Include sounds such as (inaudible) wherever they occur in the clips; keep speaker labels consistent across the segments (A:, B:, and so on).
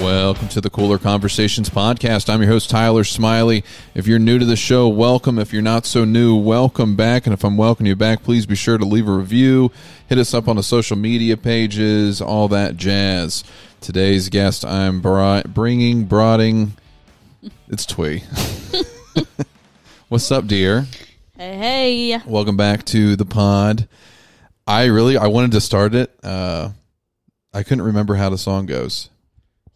A: Welcome to the Cooler Conversations podcast. I'm your host, Tyler Smiley. If you're new to the show, welcome. If you're not so new, welcome back. And if I'm welcoming you back, please be sure to leave a review, hit us up on the social media pages, all that jazz. Today's guest, I'm bri- bringing, broading. It's Twee. (laughs) What's up, dear?
B: Hey, hey.
A: Welcome back to the pod. I really I wanted to start it. Uh, I couldn't remember how the song goes.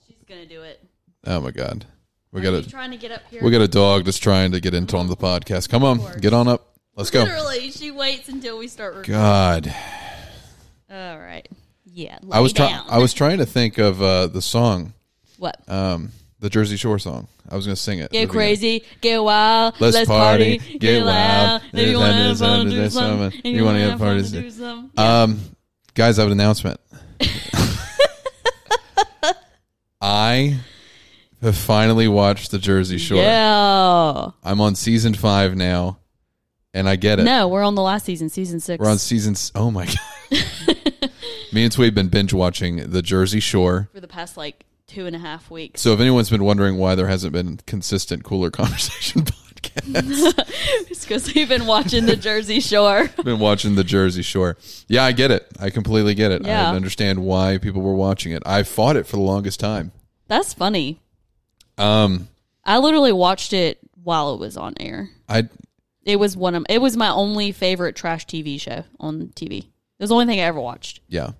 B: she's gonna do it.
A: Oh my god, we
B: Are
A: got
B: you
A: a
B: trying to get up here.
A: we got a dog that's trying to get into on the podcast. Come on, get on up. Let's go.
B: Literally, she waits until we start. Recording.
A: God,
B: All right. Yeah. Lay
A: I was trying
B: down.
A: I was trying to think of uh, the song,
B: what?
A: um, the Jersey Shore song. I was gonna sing it.
B: get crazy. Get wild.
A: Let's
B: Let's,
A: party,
B: party,
A: get
B: Get, loud.
A: wild,
B: If you want to have fun,
A: do
B: do
A: something,
B: something. If
A: you wanna have fun,
B: to
A: do
B: do something.
A: Um, guys, I have an
B: (laughs)
A: announcement. I have finally watched the Jersey Shore.
B: Yeah.
A: I'm on season five now, and I get it.
B: No, we're on the last season, season 6
A: We're on season. s- Oh my god!
B: (laughs)
A: Me and Twee have been binge watching the Jersey Shore.
B: for the past like two and a half weeks. (laughs)
A: So if anyone's been wondering why there hasn't been consistent cooler (laughs) conversation podcast,
B: it's because we've been watching the Jersey Shore. (laughs)
A: I've been watching the Jersey Shore. Yeah, I get it. I completely get it.
B: Yeah.
A: I understand why people were watching it. I fought it for the longest time.
B: That's funny.
A: Um,
B: I literally watched it while it was on air.
A: I
B: It was one of it was my only favorite trash TV show on TV. It was the only thing I ever watched.
A: Yeah.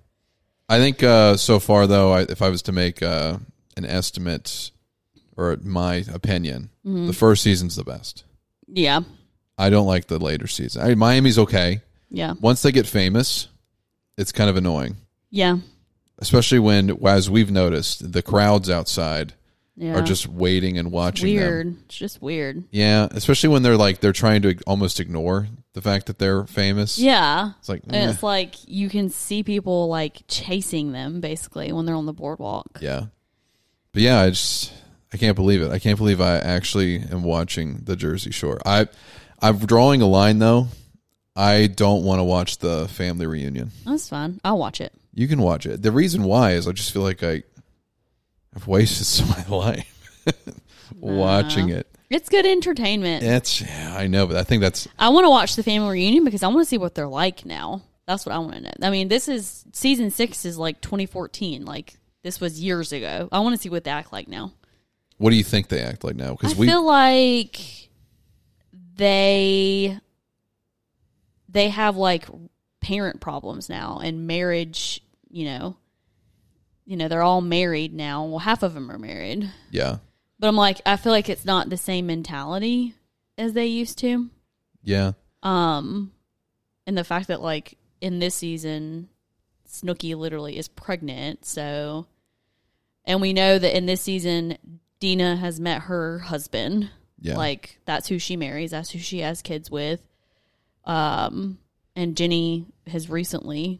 A: I think uh, so far, though, I, if I was to make uh, an estimate or my opinion, the first season's the best.
B: Yeah,
A: I don't like the later season. I, Miami's okay.
B: yeah,
A: Once they get famous, it's kind of annoying,
B: yeah,
A: especially when, as we've noticed, the crowds outside
B: yeah.
A: are just waiting and watching them.
B: weird. It's just weird.
A: Yeah, especially when they're like they're trying to almost ignore the fact that they're famous.
B: Yeah,
A: It's like
B: and
A: eh.
B: it's like you can see people like chasing them basically when they're on the boardwalk.
A: Yeah. But yeah, I just I can't believe it. I can't believe I actually am watching the Jersey Shore. I I'm drawing a line though. I don't want to watch the family reunion.
B: That's fine. I'll watch it.
A: You can watch it. The reason why is I just feel like I I've wasted (laughs) some of my life
B: Uh-huh.
A: watching it.
B: It's good entertainment.
A: It's yeah, I know, but I think that's
B: I want to watch the family reunion because I want to see what they're like now. That's what I want to know. I mean, this is season six is like 2014. Like this was years ago. I want to see what they act like now.
A: what do you think they act like now?
B: I
A: Because we
B: feel like they they have like parent problems now and marriage. You know, you know they're all married now. Well, half of them are married,
A: yeah.
B: but I'm like, I feel like it's not the same mentality as they used to.
A: Yeah.
B: Um, and the fact that like in this season, Snooky literally is pregnant. So, and we know that in this season, Dina has met her husband.
A: Yeah.
B: Like that's who she marries. That's who she has kids with. Um, and Jenny has recently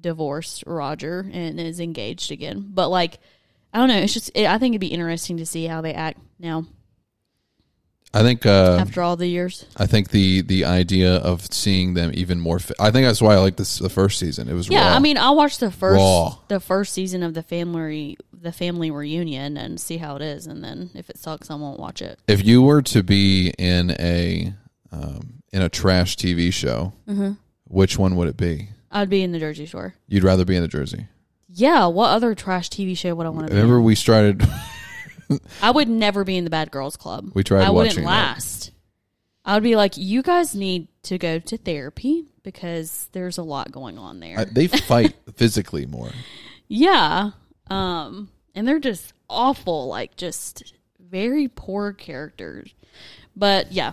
B: divorced Roger and is engaged again. But like, I don't know. It's just it, I think it'd be interesting to see how they act now
A: I think uh
B: after all the years.
A: I think the the idea of seeing them even more. Fa- I think that's why I like this the first season. It was
B: Yeah,
A: raw.
B: I mean, I'll watch the first
A: Raw.
B: the first season of the family the family reunion and see how it is, and then if it sucks, I won't watch it.
A: if you were to be in a um, in a trash TV show,
B: Mm-hmm.
A: which one would it be?
B: I'd be in the Jersey Shore.
A: You'd rather be in the Jersey.
B: Yeah, what other trash TV show would I want to be? in?
A: Remember we started. (laughs)
B: I would never be in the Bad Girls Club.
A: We tried
B: I
A: watching
B: wouldn't
A: that.
B: last. I would be like, you guys need to go to therapy because there's a lot going on there.
A: I- they fight physically more.
B: yeah, um, and they're just awful, like just very poor characters. But yeah,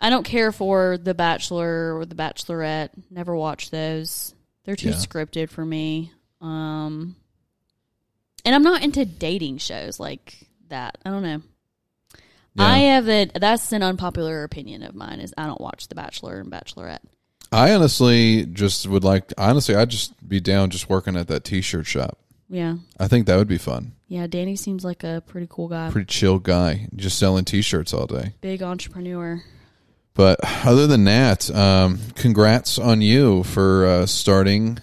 B: I don't care for The Bachelor or The Bachelorette. Never watch those. They're too
A: Yeah.
B: scripted for me. Um, and I'm not into dating shows like that. I don't know.
A: Yeah.
B: I have a that's an unpopular opinion of mine is I don't watch The Bachelor and Bachelorette.
A: I honestly just would like. Honestly, I'd just be down just working at that T-shirt shop.
B: Yeah.
A: I think that would be fun.
B: Yeah, Danny seems like a pretty cool guy.
A: Pretty chill guy, just selling T-shirts all day.
B: Big (laughs) entrepreneur.
A: But other than that, um, congrats on you for uh, starting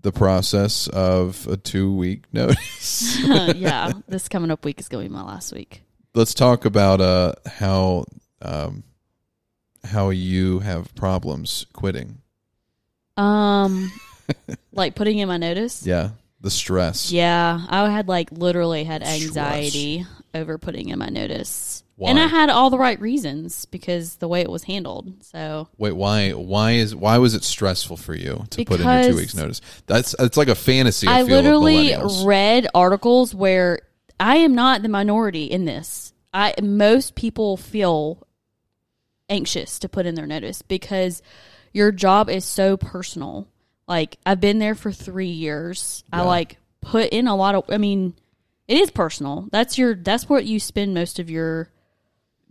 A: the process of a two week (laughs) notice.
B: yeah, this coming up week is going to be my last week.
A: Let's talk about uh, how um, how you have problems quitting. (laughs)
B: Um, like putting in my notice.
A: Yeah, the stress.
B: Yeah, I had like literally had anxiety over putting in my notice.
A: Why?
B: And I had all the right reasons because the way it was handled. So
A: Wait, why? Why is why was it stressful for you to put in your two
B: Because-
A: weeks notice? That's it's like a fantasy. I,
B: I
A: feel,
B: literally
A: of millennials.
B: read articles where I am not the minority in this. I most people feel anxious to put in their notice because your job is so personal. Like I've been there for 3 years. I like put in a lot of I mean it is personal. That's your that's what you spend most of your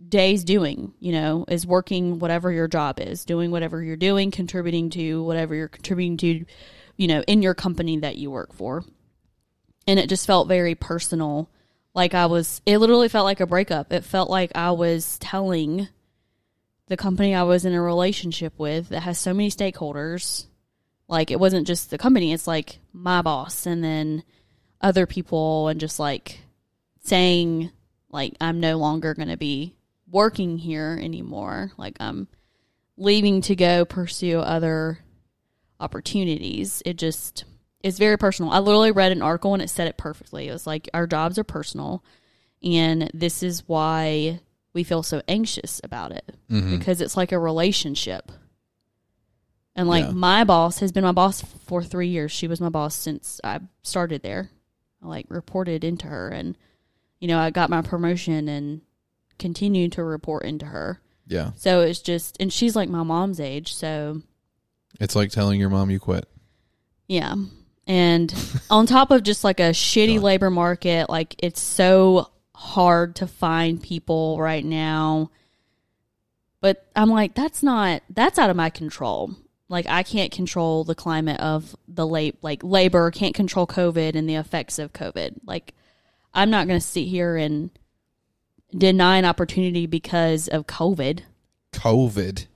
B: days doing, you know, is working whatever your job is, doing whatever you're doing, contributing to whatever you're contributing to, you know, in your company that you work for. And it just felt very personal. Like I was, it literally felt like a breakup. It felt like I was telling the company I was in a relationship with that has so many stakeholders. Like it wasn't just the company, it's like my boss and then other people and just like saying like I'm no longer going to be working here anymore. Like I'm leaving to go pursue other opportunities. It just it's very personal. I literally read an article and it said it perfectly. It was like our jobs are personal and this is why we feel so anxious about it
A: Mm-hmm.
B: because it's like a relationship. And like
A: Yeah.
B: my boss has been my boss for 3 years. She was my boss since I started there. I like reported into her and you know, I got my promotion and continued to report into her.
A: Yeah,
B: So it's just, and she's like my mom's age. So
A: it's like telling your mom you quit.
B: yeah. And on top of just like a shitty labor market, like it's so hard to find people right now. But I'm like, that's not, that's out of my control. Like I can't control the climate of the late, like labor, can't control COVID and the effects of COVID. Like I'm not going to sit here and deny an opportunity because of COVID.
A: COVID.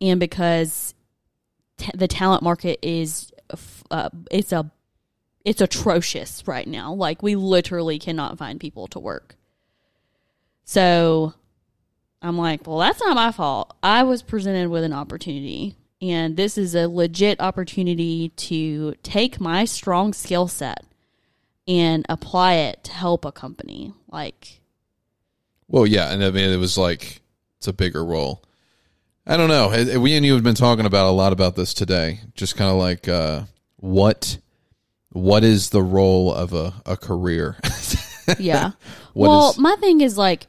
B: and because t- the talent market is f- uh, it's a it's atrocious right now. Like we literally cannot find people to work. So I'm like, well, that's not my fault. I was presented with an opportunity, and this is a legit opportunity to take my strong skill set and apply it to help a company. Like,
A: Well, yeah, and I mean it was like it's a bigger role. I don't know. Eh, eh, We and you have been talking about a lot about this today. Just kind of like uh, what what is the role of a, a career? (laughs)
B: yeah.
A: What
B: well,
A: is-
B: my thing is like,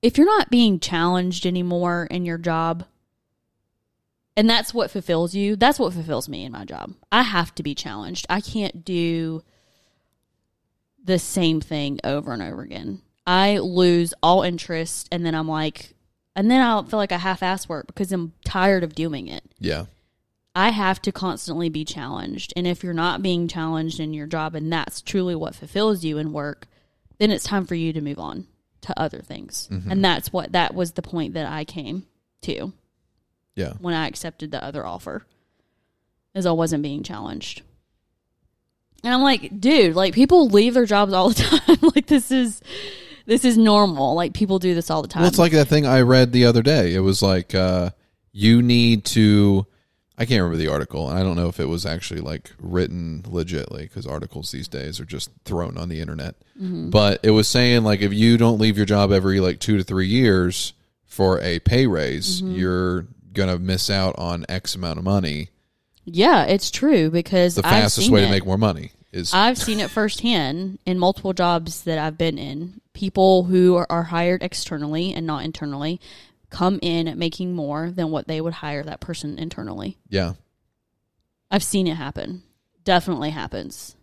B: if you're not being challenged anymore in your job, and that's what fulfills you, that's what fulfills me in my job. I have to be challenged. I can't do the same thing over and over again. I lose all interest, and then I'm like, and then I'll feel like I half ass work because I'm tired of doing it.
A: yeah,
B: I have to constantly be challenged. And if you're not being challenged in your job and that's truly what fulfills you in work, then it's time for you to move on to other things.
A: Mm-hmm.
B: And that's what that was the point that I came to
A: yeah.
B: when I accepted the other offer. Is I wasn't being challenged. And I'm like, dude, like people leave their jobs all the (laughs) time. like this is this is normal. Like people do this all the time.
A: Well, it's like that thing I read the other day. It was like uh, you need to. I can't remember the article, and I don't know if it was actually like written legitly because articles these days are just thrown on the internet.
B: Mm-hmm.
A: But it was saying like if you don't leave your job every like two to three years for a pay raise,
B: Mm-hmm.
A: you're gonna miss out on X amount of money.
B: yeah, it's true because
A: The
B: I've
A: fastest
B: seen
A: way
B: it.
A: to make more money is
B: I've seen it firsthand in multiple jobs that I've been in. People who are, are hired externally and not internally come in making more than what they would hire that person internally.
A: yeah.
B: I've seen it happen. Definitely happens.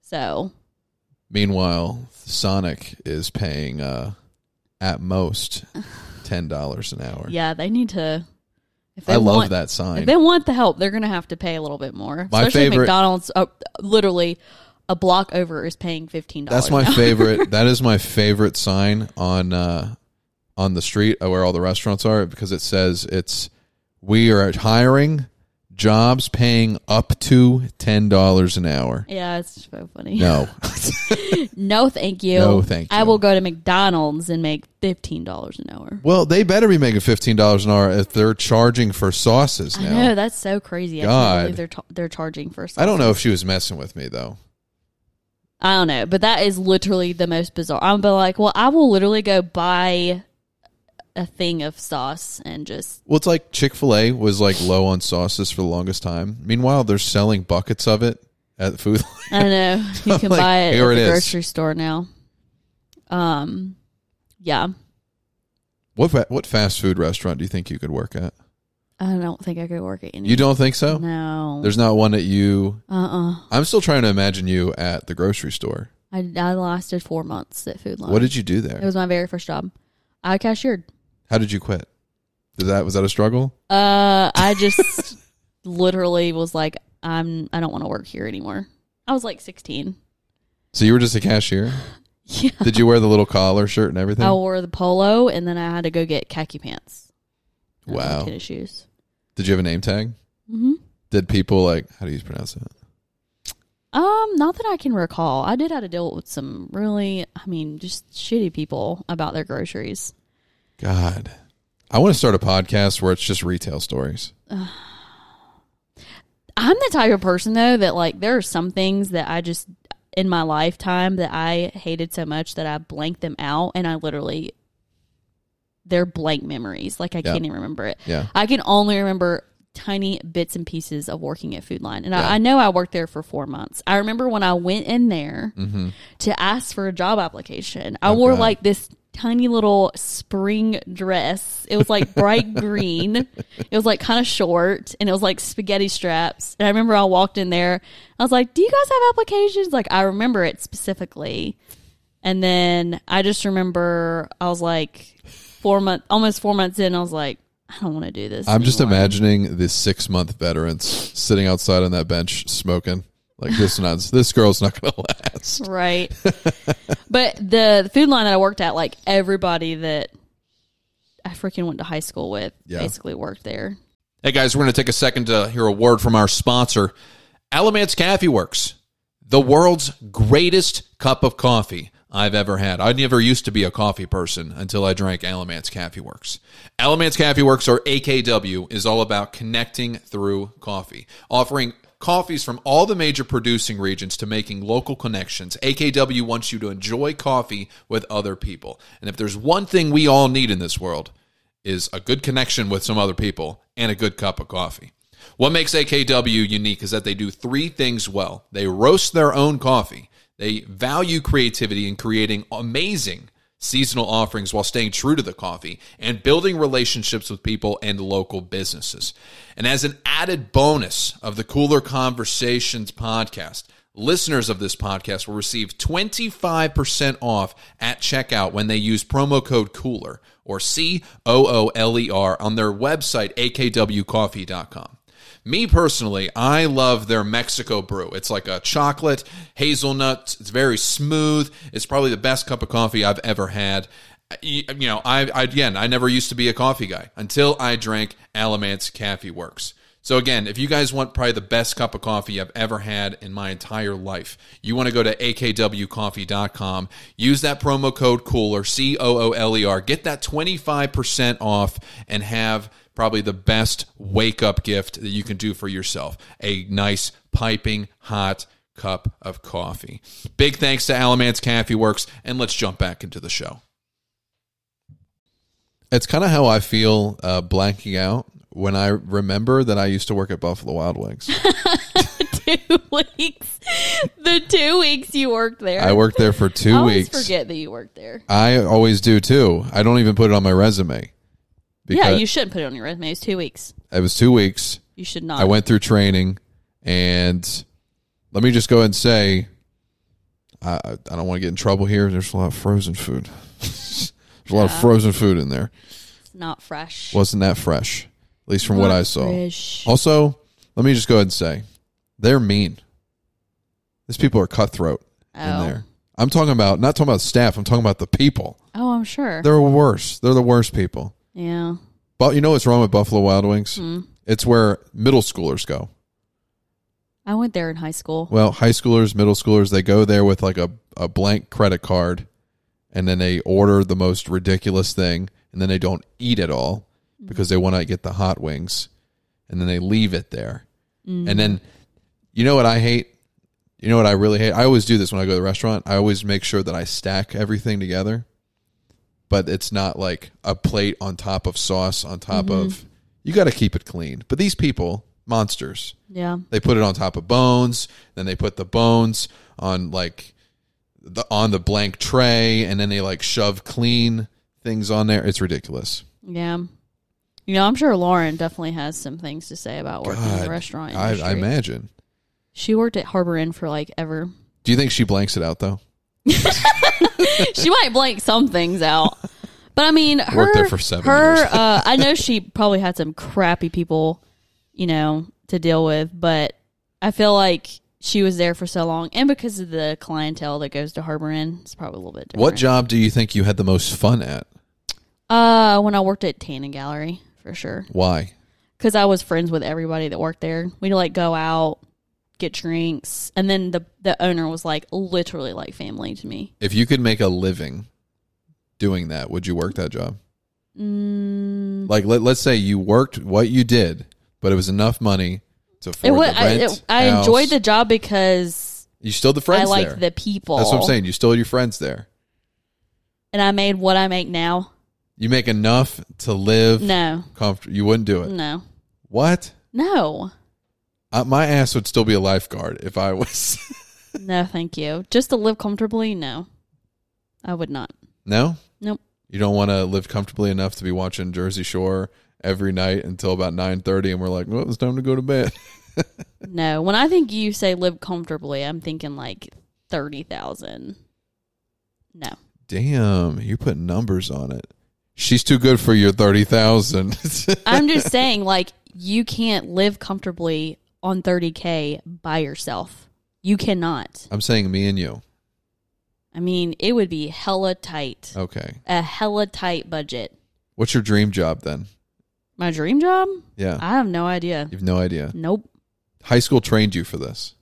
B: So,
A: Meanwhile, Sonic is paying uh, at
B: (laughs)
A: most ten dollars an hour.
B: yeah, they need to. If
A: I love
B: want,
A: that sign.
B: If they want the help, they're going to have to pay a little bit more.
A: My
B: Especially
A: favorite-
B: McDonald's, uh, literally a block over is paying $15.
A: That's my
B: (laughs)
A: favorite. That is my favorite sign on uh, on the street uh, where all the restaurants are because it says it's we are hiring. jobs paying up to $10 an hour.
B: Yeah, it's so funny.
A: No.
B: (laughs) No, thank you.
A: No, thank
B: I
A: you.
B: will go to McDonald's and make fifteen dollars an hour.
A: well, they better be making $15 an hour if they're charging for sauces
B: I
A: now.
B: know that's so crazy. I
A: God.
B: can't believe they're ta- they're charging
A: I
B: for.
A: don't
B: sausage.
A: know if she was messing with me, though.
B: I don't know, but that is literally the most bizarre. I'm be like, well, I will literally go buy a thing of sauce and just
A: Well, it's like Chick fil A was like low on sauces for the longest time. Meanwhile, they're selling buckets of it at the food (laughs) line.
B: I don't know. You
A: I'm
B: can
A: like,
B: buy it
A: here
B: at
A: it
B: the
A: is.
B: grocery store now. Um, yeah,
A: What fa- what fast food restaurant do you think you could work at?
B: I don't think I could work at any.
A: You don't think so?
B: No.
A: There's not one that you.
B: Uh uh
A: I'm still trying to imagine you at the grocery store.
B: I, I lasted four months at Food Line.
A: What did you do
B: It
A: there?
B: was my very first job. I cashiered.
A: How did you quit? Did that was that a struggle?
B: Uh, I just (laughs) literally was like, I'm. I don't want to work here anymore. I was like 16.
A: So you were just a cashier.
B: Yeah.
A: Did you wear the little collar shirt and
B: (laughs)
A: everything?
B: I wore the polo, and then I had to go get khaki pants. and
A: Wow.
B: Tennis shoes.
A: Did you have a name tag?
B: hmm
A: Did people like how do you pronounce it?
B: Um, not that I can recall. I did have to deal with some really, I mean, just shitty people about their groceries.
A: God, I want to start a podcast where it's just retail stories.
B: I'm the type of person though that like there are some things that I just in my lifetime that I hated so much that I blanked them out and I literally they're blank memories. Like I can't even remember it.
A: Yeah.
B: I can only remember tiny bits and pieces of working at Food Line. And
A: Yeah.
B: I, I know I worked there for four months. I remember when I went in there
A: Mm-hmm.
B: to ask for a job application. I wore
A: God.
B: like this tiny little spring dress. It was
A: (laughs)
B: like bright green. It was like kind of short and it was like spaghetti straps. And I remember I walked in there. I was like, "Do you guys have applications?" Like I remember it specifically. And then I just remember I was like 4 month almost 4 months in I was like, "I don't want to do this."
A: I'm just
B: anymore."
A: imagining the six month veterans sitting outside on that bench smoking. Like this not this girl's not gonna (laughs) last.
B: Right. (laughs) but the, the food line that I worked at, like everybody that I freaking went to high school with
A: Yeah.
B: basically worked there. (laughs)
A: Hey guys, we're going to take a second to hear a word from our sponsor, Alamance Coffee Works, the world's greatest cup of coffee I've ever had. I never used to be a coffee person until I drank Alamance Coffee Works. Alamance Coffee Works, or AKW, is all about connecting through coffee, offering coffees from all the major producing regions to making local connections. AKW wants you to enjoy coffee with other people. And if there's one thing we all need in this world, is a good connection with some other people and a good cup of coffee. What makes AKW unique is that they do three things well they roast their own coffee, they value creativity in creating amazing seasonal offerings while staying true to the coffee, and building relationships with people and local businesses. And as an added bonus of the Cooler Conversations podcast, Listeners of this podcast will receive 25% off at checkout when they use promo code COOLER or C O O L E R on their website, akwcoffee.com. Me personally, I love their Mexico brew. It's like a chocolate, hazelnut, it's very smooth. It's probably the best cup of coffee I've ever had. You you know, I, I again, I never used to be a coffee guy until I drank Alamance Coffee Works. So again, if you guys want probably the best cup of coffee I've ever had in my entire life, you want to go to akwcoffee.com, use that promo code cooler, C O O L E R, get that 25% off and have probably the best wake up gift that you can do for yourself. A nice piping hot cup of coffee. Big thanks to Alamance Coffee Works and let's jump back into the show. It's kind of how I feel uh, blanking out when I remember that I used to work at Buffalo Wild Wings.
B: two (laughs) weeks. The two weeks you worked there.
A: I worked there for
B: I
A: two
B: always
A: weeks.
B: forget that you worked there.
A: I always do too. I don't even put it on my resume.
B: yeah,
A: Because
B: you shouldn't put it on your resume. It's two weeks.
A: it was two weeks.
B: You should not.
A: I went through training, and let me just go ahead and say, I, I I don't want to get in trouble here. There's a lot of frozen food. (laughs) There's a lot of frozen food in there.
B: It's not fresh.
A: Wasn't that fresh, at least from what
B: Not
A: I saw.
B: fresh.
A: Also, let me just go ahead and say, they're mean. These people are cutthroat in
B: Oh.
A: there. I'm talking about not talking about staff. I'm talking about the people.
B: Oh, I'm sure.
A: They're worse. They're the worst people.
B: Yeah.
A: But you know what's wrong with Buffalo Wild Wings? It's where middle schoolers go.
B: I went there in high school.
A: Well, high schoolers, middle schoolers, they go there with like a, a blank credit card and then they order the most ridiculous thing and then they don't eat at all because they want to get the hot wings and then they leave it there. And then you know what I hate? You know what I really hate? I always do this when I go to the restaurant. I always make sure that I stack everything together. But it's not like a plate on top of sauce on top of you got to keep it clean. But these people, monsters
B: Yeah.
A: they put it on top of bones then they put the bones on like the on the blank tray and then they like shove clean things on there it's ridiculous
B: Yeah. You know, I'm sure Lauren definitely has some things to say about working in
A: God,
B: the restaurant
A: I,
B: industry.
A: I imagine
B: she worked at Harbor Inn for like ever. (laughs)
A: do you think she blanks it out though
B: she might blank some things out. But I mean,
A: (laughs)
B: her,
A: Worked there for seven
B: her,
A: years. (laughs)
B: uh, I know she probably had some crappy people, you know, to deal with, but I feel like she was there for so long. And because of the clientele that goes to Harbor Inn, it's probably a little bit different.
A: what job do you think you had the most fun at
B: Uh, when I worked at Tanning Gallery, for sure.
A: why
B: Because I was friends with everybody that worked there. We'd like go out, get drinks. And then the, the owner was like literally like family to me.
A: if you could make a living doing that would you work that job
B: Mm,
A: like let, let's say you worked what you did but it was enough money to afford
B: it wa-
A: the
B: I,
A: rent,
B: it, I
A: house.
B: enjoyed the job because
A: you still had the friends
B: I like
A: there
B: the people.
A: that's what i'm saying you still had your friends there
B: And I made what I make now.
A: You make enough to live
B: No, Mm.
A: comfortable. You wouldn't do it.
B: no,
A: What?
B: no,
A: Uh, my ass would still be a lifeguard if I was. (laughs)
B: no. Thank you. Just to live comfortably, no, I would not.
A: no,
B: Nope.
A: you don't want to live comfortably enough to be watching Jersey Shore every night until about nine thirty, and we're like, "Well, it's time to go to bed." (laughs)
B: No. When I think you say live comfortably, I'm thinking like thirty thousand. No.
A: Damn, you put numbers on it. She's too good for your thirty thousand. (laughs)
B: I'm just saying, like, you can't live comfortably on thirty K by yourself. You cannot.
A: I'm saying me and you.
B: I mean, it would be hella tight.
A: Okay.
B: A hella tight budget.
A: What's your dream job then?
B: My dream job?
A: Yeah,
B: I have no idea.
A: you've no idea.
B: Nope.
A: High school trained you for this.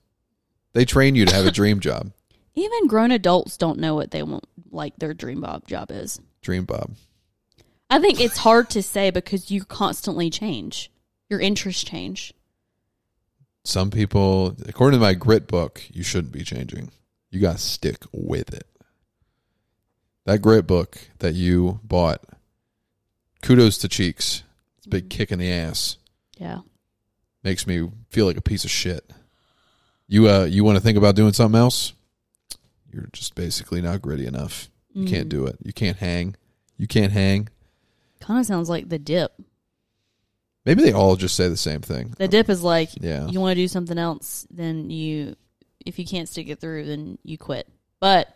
A: They train you to have a dream job.
B: Even grown adults don't know what they want, like their dream job job is.
A: Dream Bob.
B: I think it's hard to say because you constantly change. Your interests change.
A: some people according to my grit book you shouldn't be changing you got to stick with it that grit book that you bought kudos to cheeks it's a big
B: Mm-hmm.
A: kick in the ass
B: Yeah.
A: makes me feel like a piece of shit you uh you want to think about doing something else you're just basically not gritty enough you
B: Mm-hmm.
A: can't do it you can't hang you can't hang
B: Kind of sounds like the dip.
A: maybe they all just say the same thing
B: The dip is like
A: yeah
B: you want to do something else, then you if you can't stick it through, then you quit. But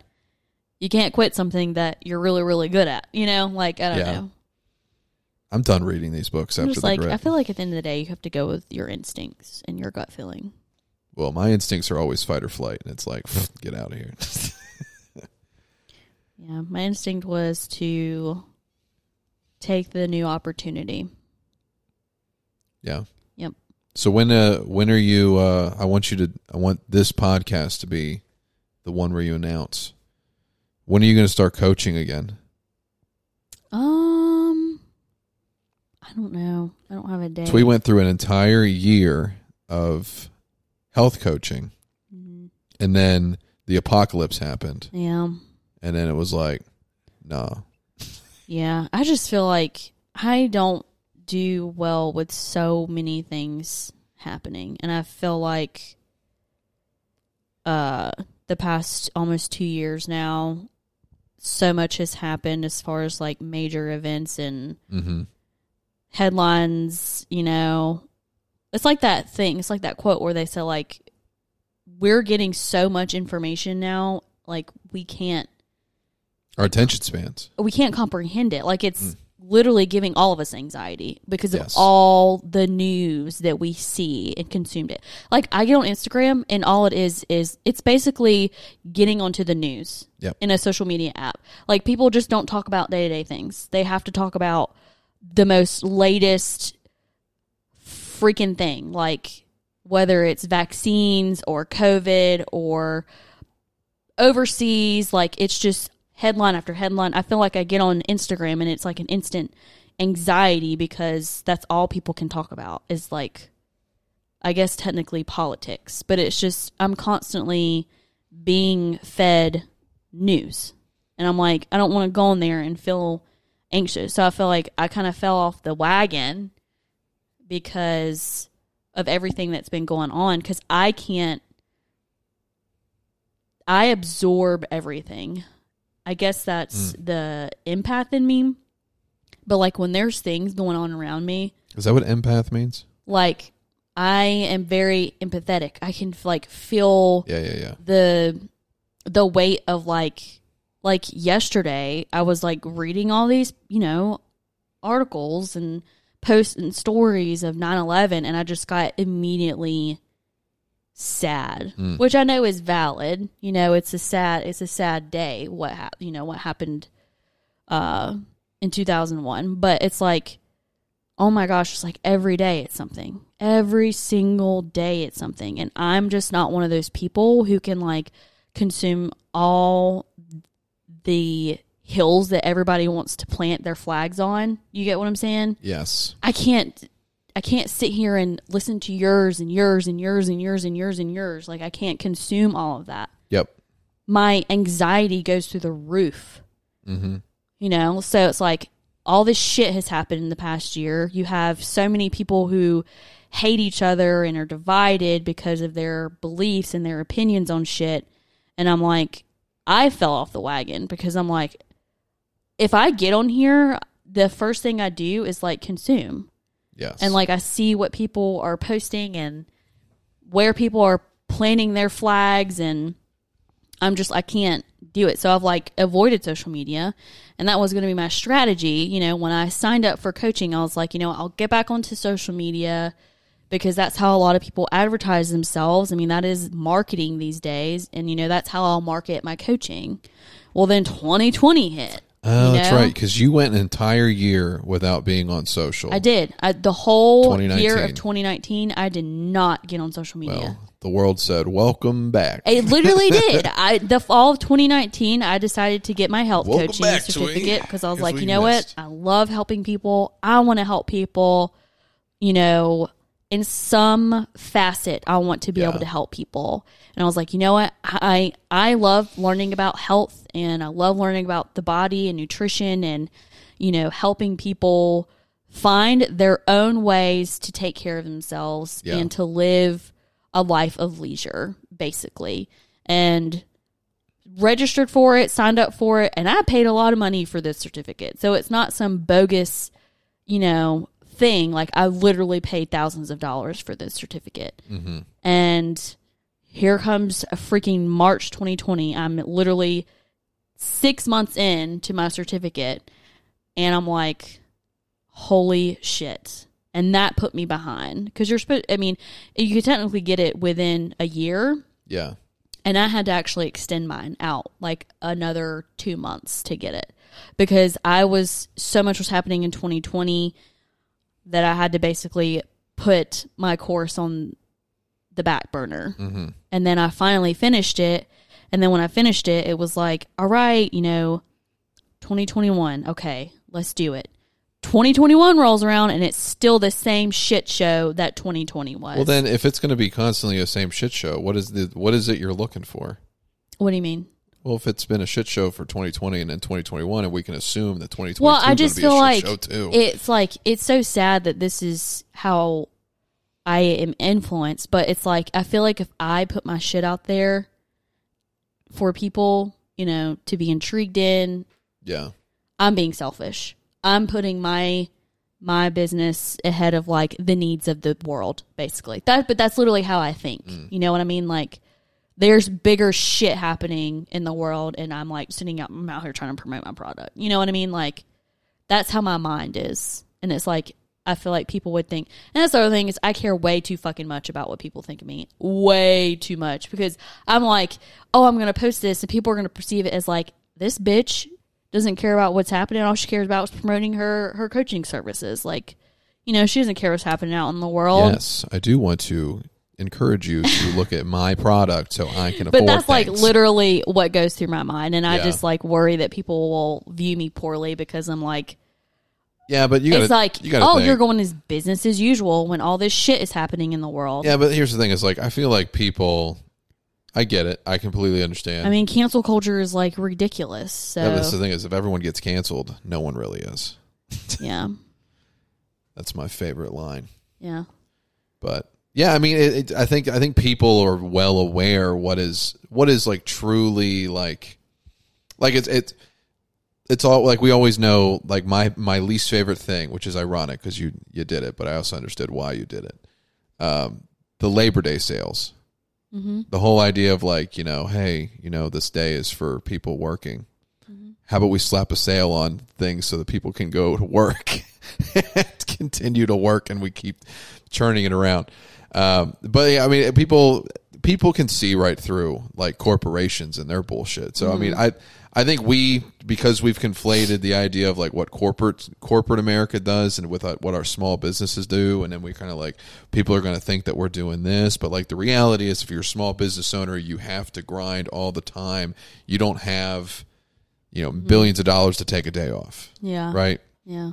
B: you can't quit something that you're really, really good at. You know, like I don't
A: Yeah.
B: know.
A: i'm done reading these books
B: I'm
A: after
B: just
A: the
B: like
A: grit
B: I feel like at the end of the day you have to go with your instincts and your gut feeling.
A: well, my instincts are always fight or flight, and it's like, get out of here. (laughs)
B: Yeah, my instinct was to take the new opportunity.
A: yeah.
B: Yep.
A: So when uh when are you? Uh, I want you to. I want this podcast to be the one where you announce. When are you going to start coaching again?
B: Um, I don't know. I don't have a day.
A: So we went through an entire year of health coaching,
B: Mhm.
A: and then the apocalypse happened,
B: Yeah,
A: and then it was like, nah.
B: yeah. I just feel like I don't do well with so many things happening, and I feel like, uh, the past almost two years now, so much has happened as far as like major events and
A: Mm-hmm.
B: headlines, you know. It's like that thing. It's like that quote where they say like we're getting so much information now, like we can't
A: Our attention spans.
B: we can't comprehend it. Like it's literally giving all of us anxiety because
A: Hmm. Yes.
B: of all the news that we see and consumed it. Like I get on Instagram and all it is is it's basically getting onto the news
A: Yep.
B: in a social media app. Like people just don't talk about day to day things. They have to talk about the most latest freaking thing, like whether it's vaccines or COVID or overseas, like it's just headline after headline. I feel like I get on Instagram and it's like an instant anxiety because that's all people can talk about is like I guess technically politics, but it's just I'm constantly being fed news. And I'm like, I don't want to go in there and feel anxious. So I feel like I kind of fell off the wagon because of everything that's been going on cuz I can't I absorb everything. I guess that's the empath in me. But like when there's things going on around me,
A: Is that what empath means?
B: like I am very empathetic. I can like feel
A: Yeah, yeah, yeah.
B: the the weight of like like yesterday I was like reading all these, you know, articles and posts and stories of 9/11 and I just got immediately sad,
A: Mm.
B: which I know is valid. You know, it's a sad it's a sad day what hap- you know what happened uh in 2001, but it's like oh my gosh, it's like every day it's something. Every single day it's something. And I'm just not one of those people who can like consume all the hills that everybody wants to plant their flags on. You get what I'm saying?
A: Yes.
B: I can't I can't sit here and listen to yours and yours and yours and yours and yours and yours. Like I can't consume all of that.
A: Yep.
B: My anxiety goes through the roof
A: Mm-hmm.
B: you know so it's like all this shit has happened in the past year you have so many people who hate each other and are divided because of their beliefs and their opinions on shit and i'm like i fell off the wagon because i'm like if i get on here the first thing i do is like consume
A: Yes.
B: and like I see what people are posting and where people are planting their flags and I'm just I can't do it. So I've like avoided social media and that was going to be my strategy, you know, when I signed up for coaching, I was like, you know, I'll get back onto social media because that's how a lot of people advertise themselves. I mean, that is marketing these days and you know, that's how I'll market my coaching. Well, then 2020 hit.
A: oh,
B: you
A: that's
B: know?
A: right. Because you went an entire year without being on social.
B: I did. I, the whole year
A: 2019.
B: of 2019, I did not get on social media.
A: Well, the world said, "Welcome back."
B: It literally did. I the fall of 2019, I decided to get my health
A: Welcome
B: coaching
A: back,
B: certificate
A: Sweeney.
B: because I was
A: Guess
B: like,
A: what
B: you
A: you
B: know
A: missed?
B: what? I love helping people. I want to help people. You know, in some facet, I want to be
A: Yeah.
B: able to help people. And I was like, you know what? I I love learning about health and I love learning about the body and nutrition and you know helping people find their own ways to take care of themselves
A: Yeah.
B: and to live a life of leisure, basically. And registered for it, signed up for it, and I paid a lot of money for this certificate. So it's not some bogus, you know, thing. Like I literally paid thousands of dollars for this certificate.
A: Mhm.
B: And here comes a freaking March 2020. I'm literally six months in to my certificate, and I'm like, holy shit. And that put me behind because you're supposed, I mean, you could technically get it within a year,
A: Yeah.
B: and I had to actually extend mine out like another two months to get it because I was so much was happening in 2020 that I had to basically put my course on the back burner.
A: Mm-hmm.
B: And then I finally finished it. And then when I finished it, it was like, all right, you know, 2021, okay, let's do it. 2021 rolls around and it's still the same shit show that 2020 was.
A: Well, then, if it's going to be constantly the same shit show, what is the what is it you're looking for?
B: what do you mean?
A: Well, if it's been a shit show for 2020 and then 2021, and we can assume that 2022
B: Well,
A: is
B: I just
A: be
B: feel
A: a
B: like
A: shit show too.
B: it's like it's so sad that this is how I am influenced, but it's like I feel like if I put my shit out there for people, you know, to be intrigued in,
A: yeah.
B: I'm being selfish. I'm putting my my business ahead of like the needs of the world, basically. That but that's literally how I think.
A: Mm.
B: You know what I mean? Like there's bigger shit happening in the world and I'm like sitting out I'm out here trying to promote my product. You know what I mean? Like that's how my mind is. And it's like I feel like people would think and that's the other thing is I care way too fucking much about what people think of me. Way too much. Because I'm like, oh I'm gonna post this and people are gonna perceive it as like this bitch doesn't care about what's happening, all she cares about is promoting her her coaching services. Like, You know, she doesn't care what's happening out in the world.
A: Yes, I do want to encourage you to look at my product so I can
B: (laughs) But
A: afford.
B: that's like
A: things.
B: literally what goes through my mind. And I
A: Yeah.
B: just like worry that people will view me poorly because I'm like,
A: Yeah, but you gotta,
B: it's like,
A: you gotta
B: oh,
A: think.
B: you're going as business as usual when all this shit is happening in the world.
A: Yeah, but here's the thing: is like I feel like people. I get it. I completely understand.
B: I mean, cancel culture is like ridiculous. So,
A: Yeah, but that's the thing is if everyone gets canceled, no one really is.
B: yeah.
A: That's my favorite line.
B: Yeah.
A: But yeah, I mean, it, it, I think I think people are well aware what is what is like truly like, like it's it's it's all like we always know like my my least favorite thing, which is ironic because you you did it, but I also understood why you did it. Um, the Labor Day sales,
B: Mm-hmm.
A: the whole idea of like you know, hey, you know, this day is for people working. How about we slap a sale on things so that people can go to work, (laughs) and continue to work, and we keep churning it around. Um, but yeah, I mean, people people can see right through like corporations and their bullshit. So I mean, I I think we because we've conflated the idea of like what corporate corporate America does and with uh, what our small businesses do, and then we kind of like people are going to think that we're doing this, but like the reality is, if you're a small business owner, you have to grind all the time. You don't have you know, billions of dollars to take a day off,
B: Yeah.
A: right?
B: Yeah.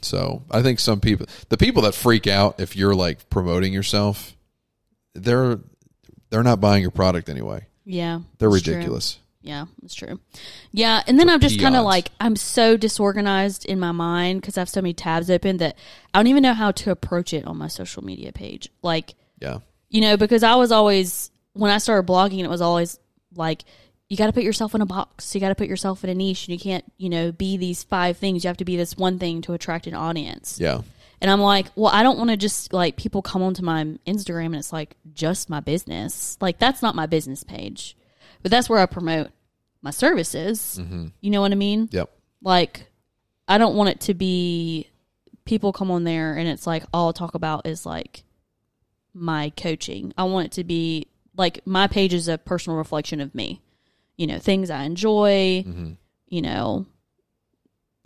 A: So I think some people, the people that freak out if you're like promoting yourself, they're they're not buying your product anyway.
B: Yeah.
A: They're
B: it's true.
A: ridiculous.
B: Yeah, that's true. Yeah, and then I'm just kind of
A: peons.
B: like I'm so disorganized in my mind because I have so many tabs open that I don't even know how to approach it on my social media page. Like,
A: Yeah,
B: you know, because I was always when I started blogging, it was always like you got to put yourself in a box, you got to put yourself in a niche, and you can't, you know, be these five things. You have to be this one thing to attract an audience.
A: yeah,
B: And I'm like, well, I don't want to just like people come onto my Instagram and it's like just my business. Like that's not my business page, but that's where I promote my services. You know what I mean?
A: yep,
B: Like, I don't want it to be people come on there and it's like all I talk about is like my coaching. I want it to be like my page is a personal reflection of me. You know, things I enjoy.
A: Mm-hmm.
B: You know,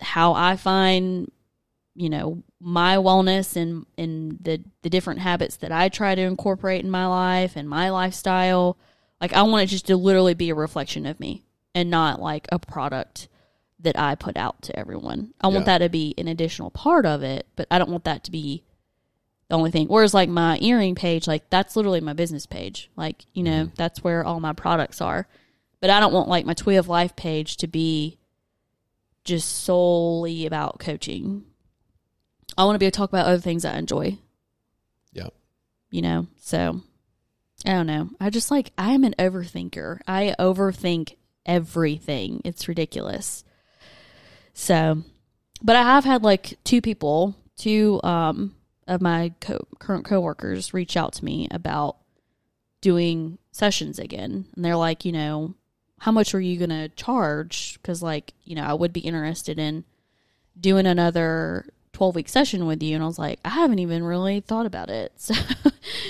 B: how I find you know my wellness and and the the different habits that I try to incorporate in my life and my lifestyle. Like I want it just to literally be a reflection of me and not like a product that I put out to everyone. I want
A: Yeah.
B: that to be an additional part of it, but I don't want that to be the only thing. Whereas like my earring page, like that's literally my business page. Like, you know, that's where all my products are. But I don't want like my Toy of Life page to be just solely about coaching. I want to be able to talk about other things I enjoy,
A: yeah.
B: you know? So I don't know. I just like, I am an overthinker. I overthink everything. It's ridiculous. So, but I have had like two people, two um, of my co- current coworkers reach out to me about doing sessions again. And they're like, you know, how much are you going to charge? Because, like, you know, I would be interested in doing another 12 week session with you. And I was like, I haven't even really thought about it. (laughs) So,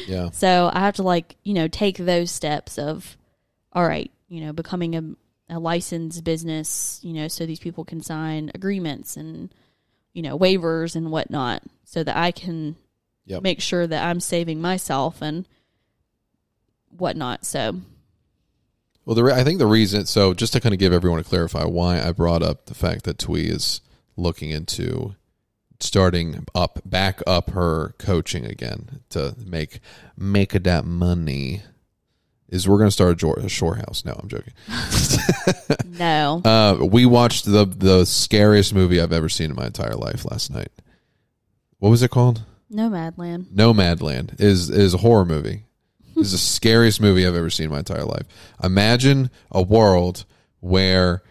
A: Yeah.
B: so I have to, like, you know, take those steps of, all right, you know, becoming a, a licensed business, you know, so these people can sign agreements and, you know, waivers and whatnot so that I can
A: Yep.
B: make sure that I'm saving myself and whatnot. So,
A: Well, the re- I think the reason, so just to kind of give everyone to clarify why I brought up the fact that Twee is looking into starting up, back up her coaching again to make make that money. Is we're going to start a, jor- a shore house? No, I'm joking.
B: no.
A: Uh, we watched the the scariest movie I've ever seen in my entire life last night. What was it called?
B: Nomadland.
A: Nomadland is is a horror movie. This is the scariest movie I've ever seen in my entire life. Imagine a world where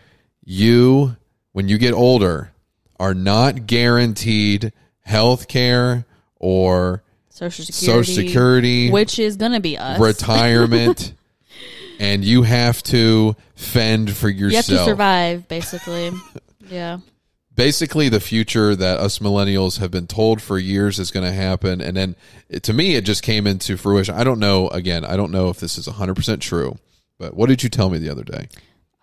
A: you, when you get older, are not guaranteed health care or
B: Social Security.
A: Social Security,
B: Which is going to be us. (laughs)
A: retirement, and you have to fend for yourself.
B: you have to survive, basically. (laughs) yeah.
A: basically the future that us millennials have been told for years is going to happen and then it, to me it just came into fruition i don't know again i don't know if this is 100% true but what did you tell me the other day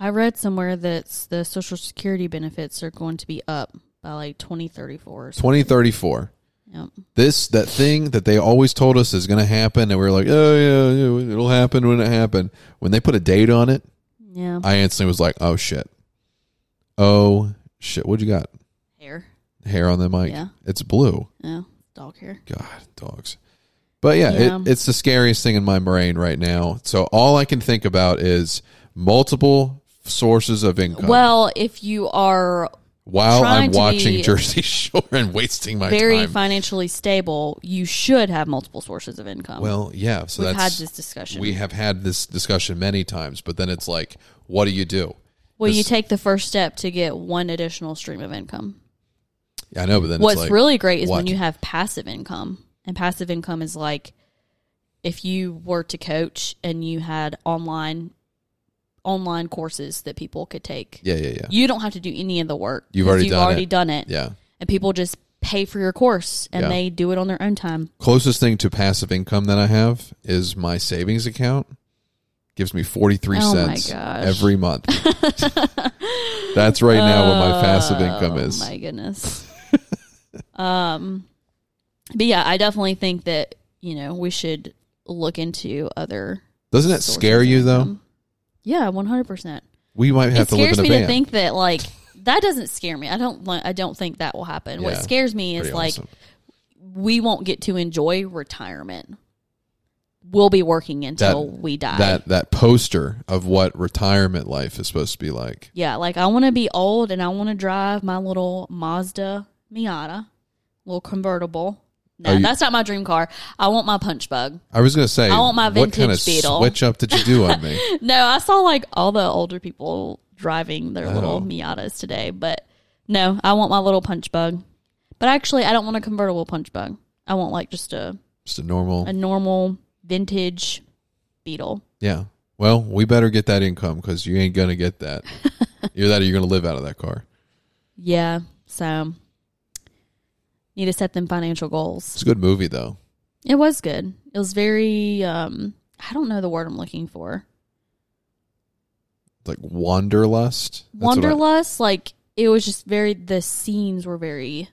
B: I read somewhere that s- the Social Security benefits are going to be up by like 2034. or something.
A: 2034
B: Yep.
A: This that thing that they always told us is going to happen, and we are like, oh yeah, yeah, it'll happen when it happened. When they put a date on it,
B: Yeah.
A: I instantly was like, oh shit, oh shit, what would you got?
B: Hair.
A: Hair on the mic?
B: Yeah.
A: It's blue.
B: Yeah. Dog hair.
A: God, dogs. But yeah,
B: Yeah.
A: It, it's the scariest thing in my brain right now. So all I can think about is multiple sources of income
B: Well, if you are
A: while I'm
B: trying to
A: watching
B: be
A: Jersey (laughs) Shore and wasting my
B: very
A: time.
B: financially stable, you should have multiple sources of income.
A: Well, yeah. So
B: We've had
A: that's
B: this discussion.
A: we have had this discussion many times, but then it's like, what do you do?
B: well, you
A: this-
B: take the first step to get one additional stream of income.
A: I know, but then
B: What's
A: it's like,
B: really great is when
A: what?
B: you have passive income. And passive income is like if you were to coach and you had online online courses that people could take.
A: yeah, yeah, yeah,
B: You don't have to do any of the work.
A: You've
B: 'cause
A: already
B: you've
A: done
B: already
A: it.
B: done it.
A: yeah.
B: And people just pay for your course and
A: Yeah.
B: they do it on their own time.
A: Closest thing to passive income that I have is my savings account. Gives me forty three
B: Oh my
A: cents
B: gosh.
A: every
B: (laughs)
A: month. That's right now what my passive income is.
B: Oh
A: (laughs)
B: my goodness. um, but yeah, I definitely think that you know we should look into other.
A: Doesn't that
B: sources
A: scare
B: of
A: you though?
B: income. Yeah, one hundred percent.
A: We might have
B: It
A: to live
B: scares
A: in a
B: me
A: van.
B: to think that like that doesn't scare me. I don't. li- I don't think that will happen. What
A: Yeah,
B: scares me is
A: Pretty
B: like
A: awesome.
B: we won't get to enjoy retirement. We'll be working until we die.
A: that that poster of what retirement life is supposed to be like.
B: Yeah, like I want to be old and I want to drive my little Mazda Miata, little convertible. No,
A: Are you-
B: that's not my dream car. I want my punch bug.
A: I was gonna say,
B: I want my
A: what kind of
B: vintage Beetle.
A: switch up did you do on
B: (laughs)
A: me?
B: No, I saw like all the older people driving their
A: Oh.
B: little Miatas today, but no, I want my little punch bug. But actually, I don't want a convertible punch bug. I want like just a,
A: Just a normal.
B: a normal vintage Beetle.
A: Yeah. Well, we better get that income because you ain't gonna get
B: (laughs)
A: that. Either that, or you're gonna live out of that car.
B: Yeah, so need to set them financial goals.
A: It's a good movie though.
B: It was good. It was very um I don't know the word I'm looking for.
A: Like Wanderlust. That's what I-
B: Wanderlust, like it was just very the scenes were very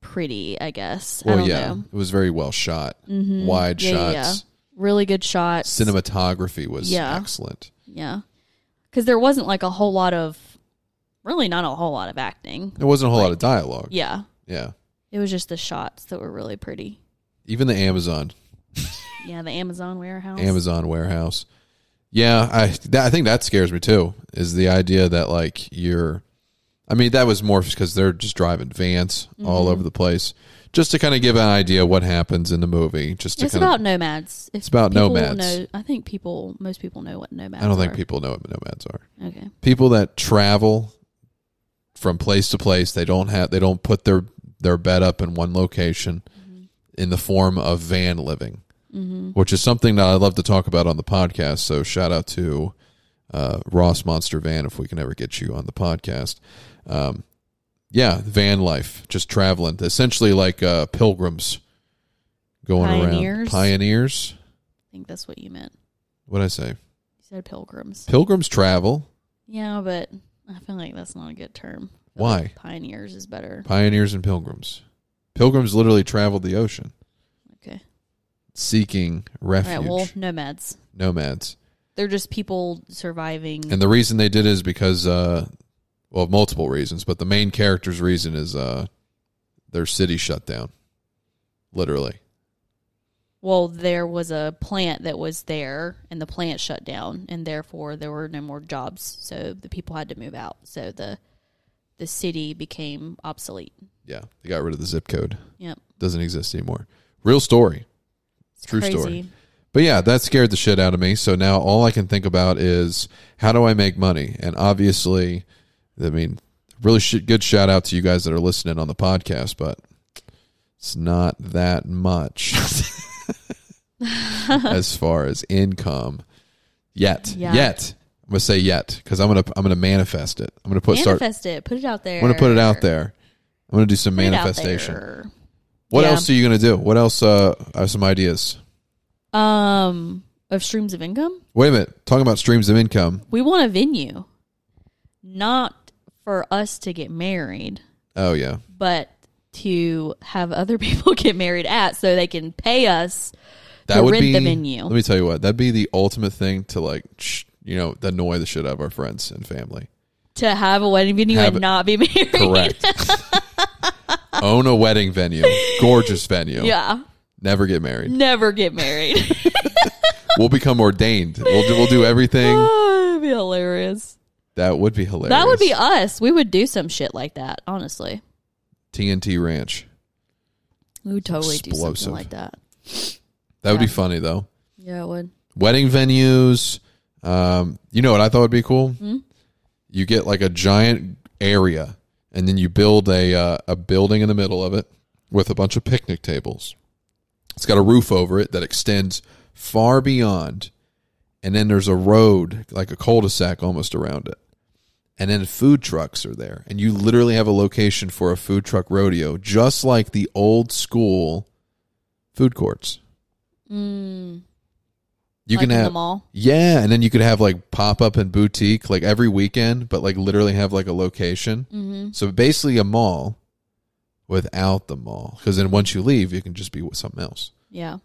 B: pretty, I guess. I
A: well,
B: don't
A: yeah,
B: know.
A: it was very well shot.
B: Mhm.
A: Wide
B: Yeah, yeah,
A: shots.
B: yeah. Really good shots.
A: Cinematography was
B: Yeah.
A: excellent.
B: Yeah. Cuz there wasn't like a whole lot of really not a whole lot of acting.
A: There wasn't a whole lot of dialogue.
B: Yeah.
A: Yeah.
B: It was just the shots that were really pretty.
A: Even the Amazon
B: Yeah, the Amazon warehouse.
A: Amazon warehouse. Yeah, I that, I think that scares me too. Is the idea that like you're, I mean, that was more because they're just driving vans all
B: Mm-hmm.
A: over the place, just to kind of give an idea what happens in the movie. Just to
B: It's
A: kind
B: about
A: of,
B: nomads. If
A: It's about
B: people
A: nomads.
B: Know, I think people, most people know what nomads.
A: I don't
B: are.
A: think people know what nomads are.
B: Okay.
A: people that travel from place to place they don't have they don't put their their bed up in one location
B: Mm-hmm.
A: in the form of van living which is something that i love to talk about on the podcast so shout out to uh, ross monster van if we can ever get you on the podcast um, yeah van life just traveling essentially like uh, pilgrims going around
B: Pioneers?
A: pioneers
B: I think that's what you meant.
A: what would i say
B: You said pilgrims.
A: pilgrims travel
B: Yeah, but I feel like that's not a good term. I feel
A: Why?
B: like pioneers is better.
A: Pioneers and pilgrims. Pilgrims literally traveled the ocean
B: Okay.
A: seeking
B: All
A: refuge,
B: right. Well, nomads.
A: nomads.
B: They're just people surviving.
A: And the reason they did is because, uh, well, multiple reasons, but the main character's reason is uh, their city shut down. Literally.
B: well, there was a plant that was there, and the plant shut down, and therefore there were no more jobs. So the people had to move out. So the the city became obsolete.
A: Yeah. They got rid of the zip code.
B: Yep.
A: Doesn't exist anymore. Real story.
B: It's
A: True
B: crazy.
A: story. But yeah, that scared the shit out of me. So now all I can think about is how do I make money? And obviously, I mean, really sh- good shout out to you guys that are listening on the podcast, but it's not that
B: (laughs)
A: much as far as income yet.
B: Yeah.
A: Yet. I'm going to say yet cuz I'm going to I'm going to manifest it. I'm going to put start
B: Manifest it. Put it out there.
A: I'm going to put it out there. I'm going to do some manifestation. What
B: Yeah.
A: else are you going to do? What else uh are some ideas?
B: Um, of streams of income.
A: Wait a minute. Talking about streams of income.
B: We want a venue, not for us to get married,
A: Oh yeah.
B: but to have other (laughs) people get married at so they can pay us
A: That
B: to
A: would
B: rent
A: be
B: the venue.
A: Let me tell you what. That'd be the ultimate thing to like, sh- you know, annoy the shit out of our friends and
B: (laughs)
A: family.
B: to have a wedding venue
A: Have
B: and
A: it.
B: not be (laughs) married.
A: Correct. Own a wedding venue, gorgeous venue.
B: Yeah.
A: Never get married.
B: Never get
A: (laughs)
B: married. (laughs)
A: We'll become ordained. We'll do, we'll do everything.
B: That'd be hilarious.
A: That would be hilarious.
B: That would be us. We would do some shit like that, honestly.
A: TNT Ranch.
B: We would totally do
A: Explosive.
B: something like that.
A: That would be
B: Yeah.
A: funny though.
B: Yeah, it would.
A: Wedding venues. Um, you know what I thought would be cool?
B: Hmm?
A: You get like a giant area, and then you build a uh, a building in the middle of it with a bunch of picnic tables. It's got a roof over it that extends far beyond, and then there's a road like a cul-de-sac almost around it. And then food trucks are there, and you literally have a location for a food truck rodeo, just like the old school food courts.
B: Mm,
A: You
B: like
A: can
B: in
A: have
B: the mall.
A: yeah, and then you could have like pop up and boutique like every weekend, but like literally have like a location.
B: Mm-hmm.
A: So basically a mall without the mall, because then once you leave, you can just be with something else.
B: Yeah,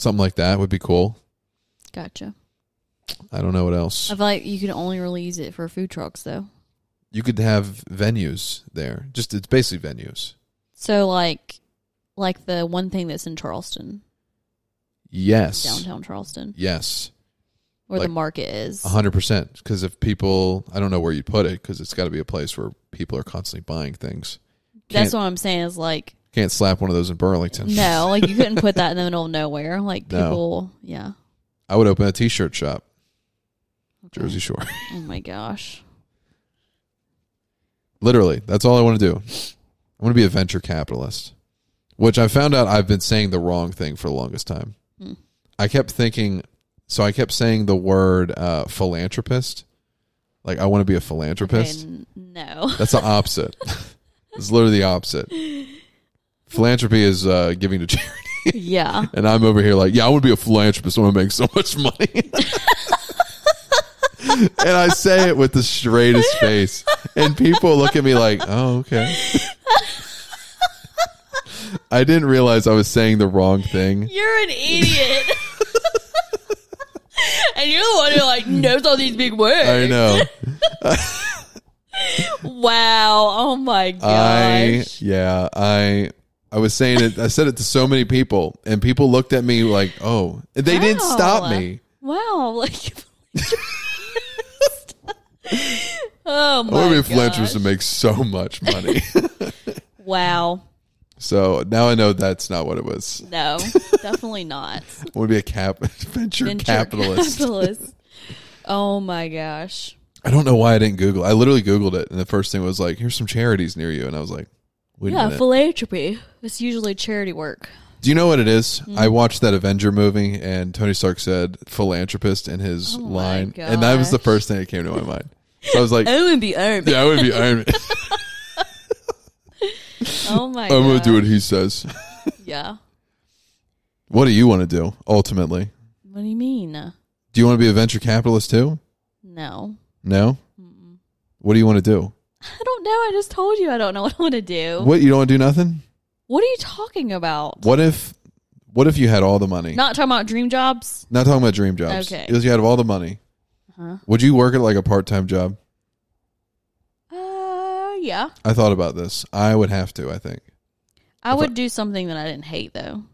A: Something like that would be cool.
B: gotcha.
A: I don't know what else.
B: I feel like you can only really use it for food trucks, though.
A: You could have venues there. Just it's basically venues.
B: So, like, like the one thing that's in Charleston,
A: Yes,
B: downtown Charleston,
A: yes,
B: where
A: Like- uh-huh,
B: the market is.
A: hundred percent. Because if people, I don't know where you'd put it, because it's got to be a place where people are constantly buying things.
B: That's
A: Can't-
B: what I'm saying.
A: (laughs)
B: Is like,
A: Can't slap one of those in Burlington.
B: no, like you couldn't put
A: (laughs)
B: that in the middle of nowhere. Like
A: No.
B: people, yeah.
A: I would open a T-shirt shop,
B: Okay.
A: Jersey Shore. (laughs)
B: Oh my gosh.
A: Literally, that's all I want to do. I want to be a venture capitalist, which I found out I've been saying the wrong thing for the longest time.
B: Hmm.
A: I kept thinking, so I kept saying the word uh, philanthropist. Like, I want to be a philanthropist.
B: Okay, n- no.
A: That's the opposite. (laughs) it's literally the
B: (laughs)
A: opposite. Philanthropy is uh, giving to charity.
B: yeah.
A: And I'm over here like, yeah, I want to be a philanthropist. I want to make so much money. (laughs) and I say it with the straightest face. And people look at me like, oh, okay. (laughs) I didn't realize I was saying the wrong thing.
B: You're an idiot. (laughs) and you're the one who like knows all these big words.
A: I
B: (laughs)
A: know.
B: Wow. Oh my gosh.
A: I, yeah, I. I was saying it. I said it to so many people, and people looked at me like, "Oh!" And They didn't
B: Wow.
A: stop me.
B: Wow. (laughs) Like Oh
A: I want to be
B: my
A: a philanthropist
B: gosh.
A: and make so much money. (laughs)
B: Wow.
A: so now I know that's not what it was.
B: No.
A: (laughs)
B: Definitely not.
A: I want to be a cap venture,
B: Venture (laughs)
A: capitalist.
B: capitalist. Oh my gosh.
A: I don't know why I didn't Google. I literally Googled it, and the first thing was like, "Here's some charities near you," and I was like, "Wait a
B: Yeah,
A: minute."
B: philanthropy. It's usually charity work.
A: Do you know what it is?
B: Mm-hmm.
A: I watched that Avenger movie, and Tony Stark said philanthropist in his
B: Oh my
A: line, and that was the
B: gosh.
A: first thing that came to my mind. So I was like,
B: (laughs) I would be Iron Man.
A: "Yeah, I would be
B: (laughs)
A: Iron Man.
B: Oh my
A: I'm gonna
B: god.
A: do what he says."
B: Yeah.
A: What do you want to do ultimately?
B: What do you mean?
A: Do you want to be a venture capitalist too?
B: No.
A: No. What do you want to do?
B: I don't know. I just told you I don't know (laughs) what I want to do. What,
A: What you don't want to do? Nothing.
B: are you talking about?
A: What if? What if you had all the money?
B: Not talking about dream jobs?
A: Not talking about dream jobs.
B: Okay.
A: It was you had all the money.
B: Huh?
A: Would you work at like a part time job?
B: Uh, yeah.
A: I thought about this. I would have to, I think.
B: I
A: If I-
B: would do something that I didn't hate though.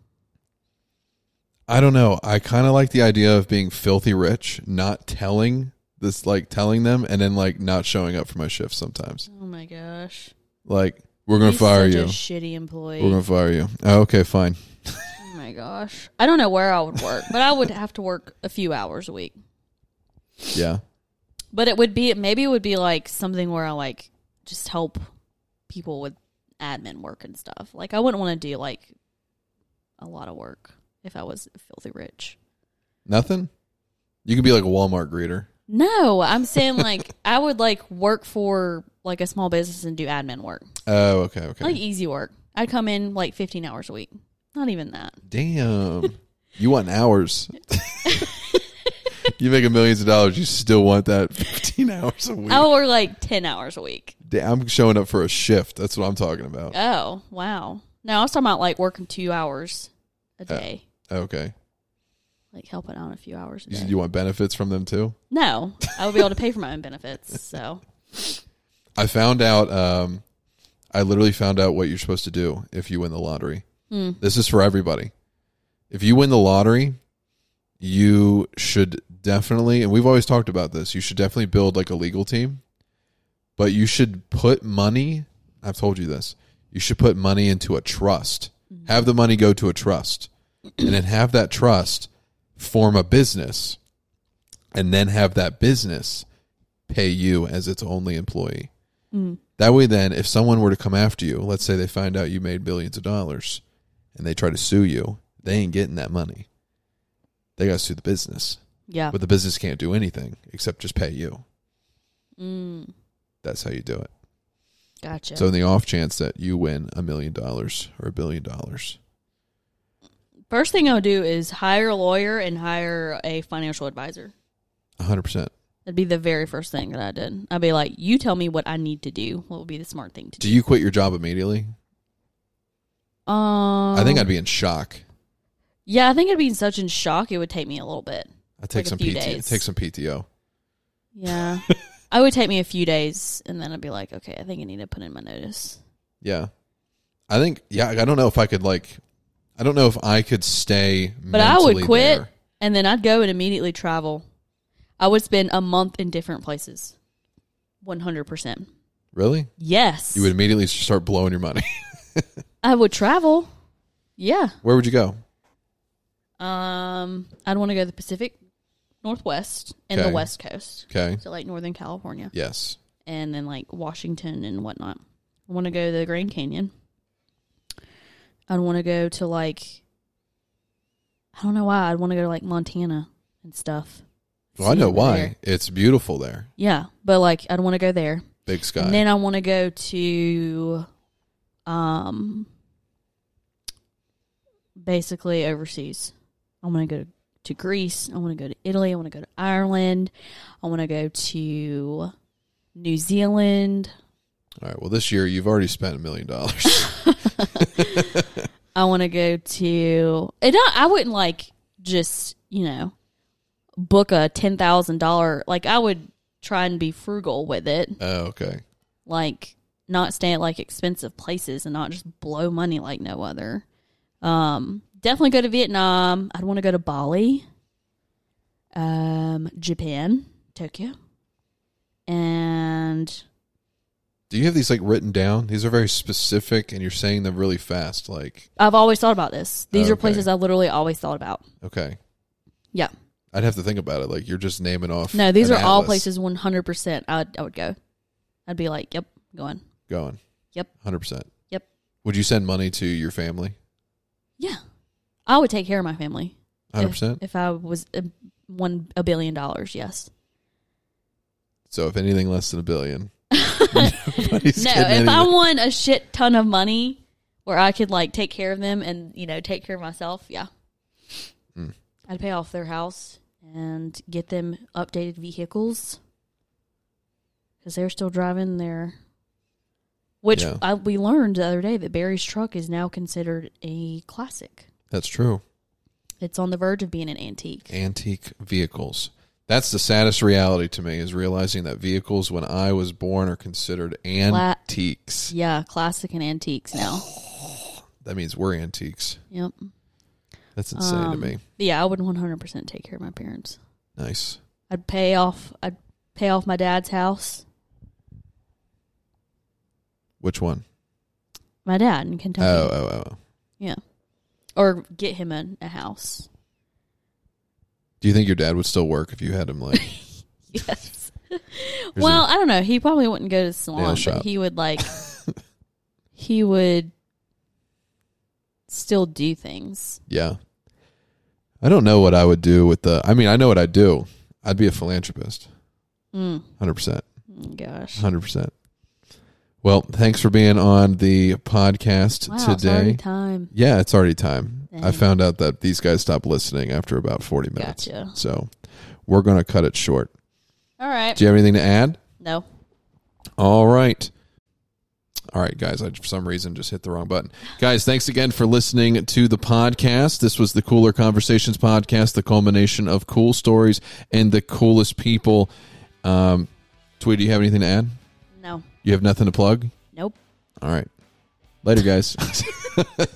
A: I don't know. I kind of like the idea of being filthy rich, not telling this, like telling them, and then like not showing up for my shift sometimes.
B: Oh my gosh.
A: Like, we're going to
B: He's
A: fire
B: such a
A: you.
B: shitty employee.
A: We're going to fire you. Oh, okay, fine.
B: oh my gosh. I don't know where I would work, but I would have to work a few hours a week.
A: Yeah.
B: But it would be maybe it would be like something where I like just help people with admin work and stuff. Like I wouldn't want to do like a lot of work if I was filthy rich.
A: Nothing? You could be like a Walmart greeter.
B: No, I'm
A: (laughs)
B: saying like I would like work for like a small business and do admin work.
A: Oh, okay, okay.
B: Like easy work. I'd come in like 15 hours a week. Not even that.
A: Damn. (laughs) you want
B: (laughs)
A: hours. you make millions of dollars. You still want that (laughs) 15 hours a week.
B: Oh. I would work like 10 hours a week.
A: da- I'm showing up for a shift. That's what I'm talking about.
B: Oh, wow. No, I was talking about like working two hours a
A: Uh.
B: day,
A: Okay.
B: like helping out a few hours a
A: You,
B: day.
A: you want benefits from them too?
B: no, I would be able to pay for my own benefits. So,
A: I found out. Um, I literally found out what you're supposed to do if you win the lottery.
B: Hmm.
A: This is for everybody. If you win the lottery, you should definitely, and we've always talked about this. You should definitely build like a legal team, but you should put money. I've told you this. You should put money into a trust. Have the money go to a trust, and then have that trust form a business, and then have that business pay you as its only employee. That way, then, if someone were to come after you, let's say they find out you made billions of dollars and they try to sue you, they ain't getting that money. They got to sue the business.
B: yeah.
A: But the business can't do anything except just pay you.
B: Mm,
A: That's how you do it.
B: gotcha.
A: So, in the off chance that you win a million dollars or a billion dollars,
B: First thing I would do is hire a lawyer and hire a financial advisor.
A: 100%.
B: That'd be the very first thing that I did. I'd be like, you tell me what I need to do. What would be the smart thing to do?
A: Do you quit your job immediately?
B: Um,
A: I think I'd be in shock.
B: Yeah, I think I'd be in such in shock. It would take me a little bit.
A: I'd take
B: Like a
A: some
B: few
A: PT,
B: days.
A: Take some PTO. (laughs)
B: Yeah. I would take me a few days and then I'd be like, okay, I think I need to put in my notice.
A: Yeah. I think, yeah, I don't know if I could, like, I don't know if I could stay.
B: But I would
A: mentally
B: quit
A: there.
B: and then I'd go and immediately travel. I would spend a month in different places. 100%.
A: Really?
B: Yes.
A: You would immediately start blowing your money. (laughs)
B: I would travel. Yeah.
A: Where would you go?
B: Um, I'd want to go to the Pacific Northwest and
A: Okay.
B: the West Coast.
A: Okay.
B: So like Northern California
A: Yes.
B: and then like Washington and whatnot. I want to go to the Grand Canyon. I'd want to go to like I don't know why I'd want to go to like Montana and stuff.
A: Well, I
B: See
A: know
B: over
A: why.
B: there.
A: It's beautiful there.
B: Yeah, but like I'd want to go there.
A: Big sky.
B: And then I want to go to um basically overseas. I want to go to Greece, I want to go to Italy, I want to go to Ireland, I want to go to New Zealand.
A: All right. Well, this year you've already spent a million dollars.
B: (laughs) I want to go to. And I, I wouldn't like just you know book a ten thousand dollar. Like I would try and be frugal with it.
A: Oh, okay.
B: Like not stay at like expensive places and not just blow money like no other. Um, definitely go to Vietnam. I'd want to go to Bali, um, Japan, Tokyo, and
A: Do you have these like written down? These are very specific, and you're saying them really fast. Like,
B: I've always thought about this. These are
A: Okay.
B: places I literally always thought about.
A: okay,
B: Yeah.
A: I'd have to think about it. Like, you're just naming off.
B: No, these
A: an
B: are all
A: atlas
B: places 100% I would, I would go. I'd be like, yep, going.
A: going.
B: Yep.
A: Hundred percent.
B: Yep.
A: Would you send money to your family?
B: Yeah. I would take care of my family.
A: Hundred
B: if-
A: percent.
B: If I was a, one a billion dollars, yes.
A: So if anything less than a
B: (laughs)
A: billion, (laughs) nobody's
B: no,
A: getting
B: if
A: any-
B: I won a shit ton of money where I could like take care of them and, you know, take care of myself, yeah. I'd pay off their house and get them updated vehicles because they're still driving their. Which
A: Yeah.
B: I, we learned the other day that Barry's truck is now considered a classic.
A: That's true.
B: It's on the verge of being an antique.
A: antique vehicles. That's the saddest reality to me is realizing that vehicles when I was born are considered antiques.
B: Yeah, classic and antiques now.
A: That means we're antiques.
B: Yep.
A: That's insane
B: Um,
A: to me.
B: Yeah, I would 100% take care of my parents.
A: Nice.
B: I'd pay off. I'd pay off my dad's house.
A: Which one?
B: My dad in Kentucky.
A: Oh, oh, oh, oh.
B: Yeah. Or get him a, a house. (laughs)
A: Do you think your dad would still work if you had him
B: (laughs)
A: like (laughs)
B: Yes. well, I don't know. He probably wouldn't go to the salon,
A: shop.
B: but he
A: (laughs)
B: would like he would still do things.
A: yeah. I don't know what I would do with the I mean, I know what I'd do. I'd be a philanthropist.
B: Mm.
A: Hundred percent.
B: Mm, Gosh.
A: Hundred percent. Well, thanks for being on the podcast
B: Wow, it's
A: today.
B: already time.
A: Yeah, it's already time. I
B: Dang.
A: found out that these guys stopped listening after about 40 minutes.
B: Gotcha.
A: So we're going to cut it short.
B: All right.
A: Do you have anything to add?
B: No.
A: All right. All right, guys, I for some reason just hit the wrong button. Guys, thanks again for listening to the podcast. This was the Cooler Conversations podcast, the culmination of cool stories and the coolest people. Um, Tweety, do you have anything to add?
B: No.
A: You have nothing to plug?
B: Nope. (laughs)
A: All right. Later, guys.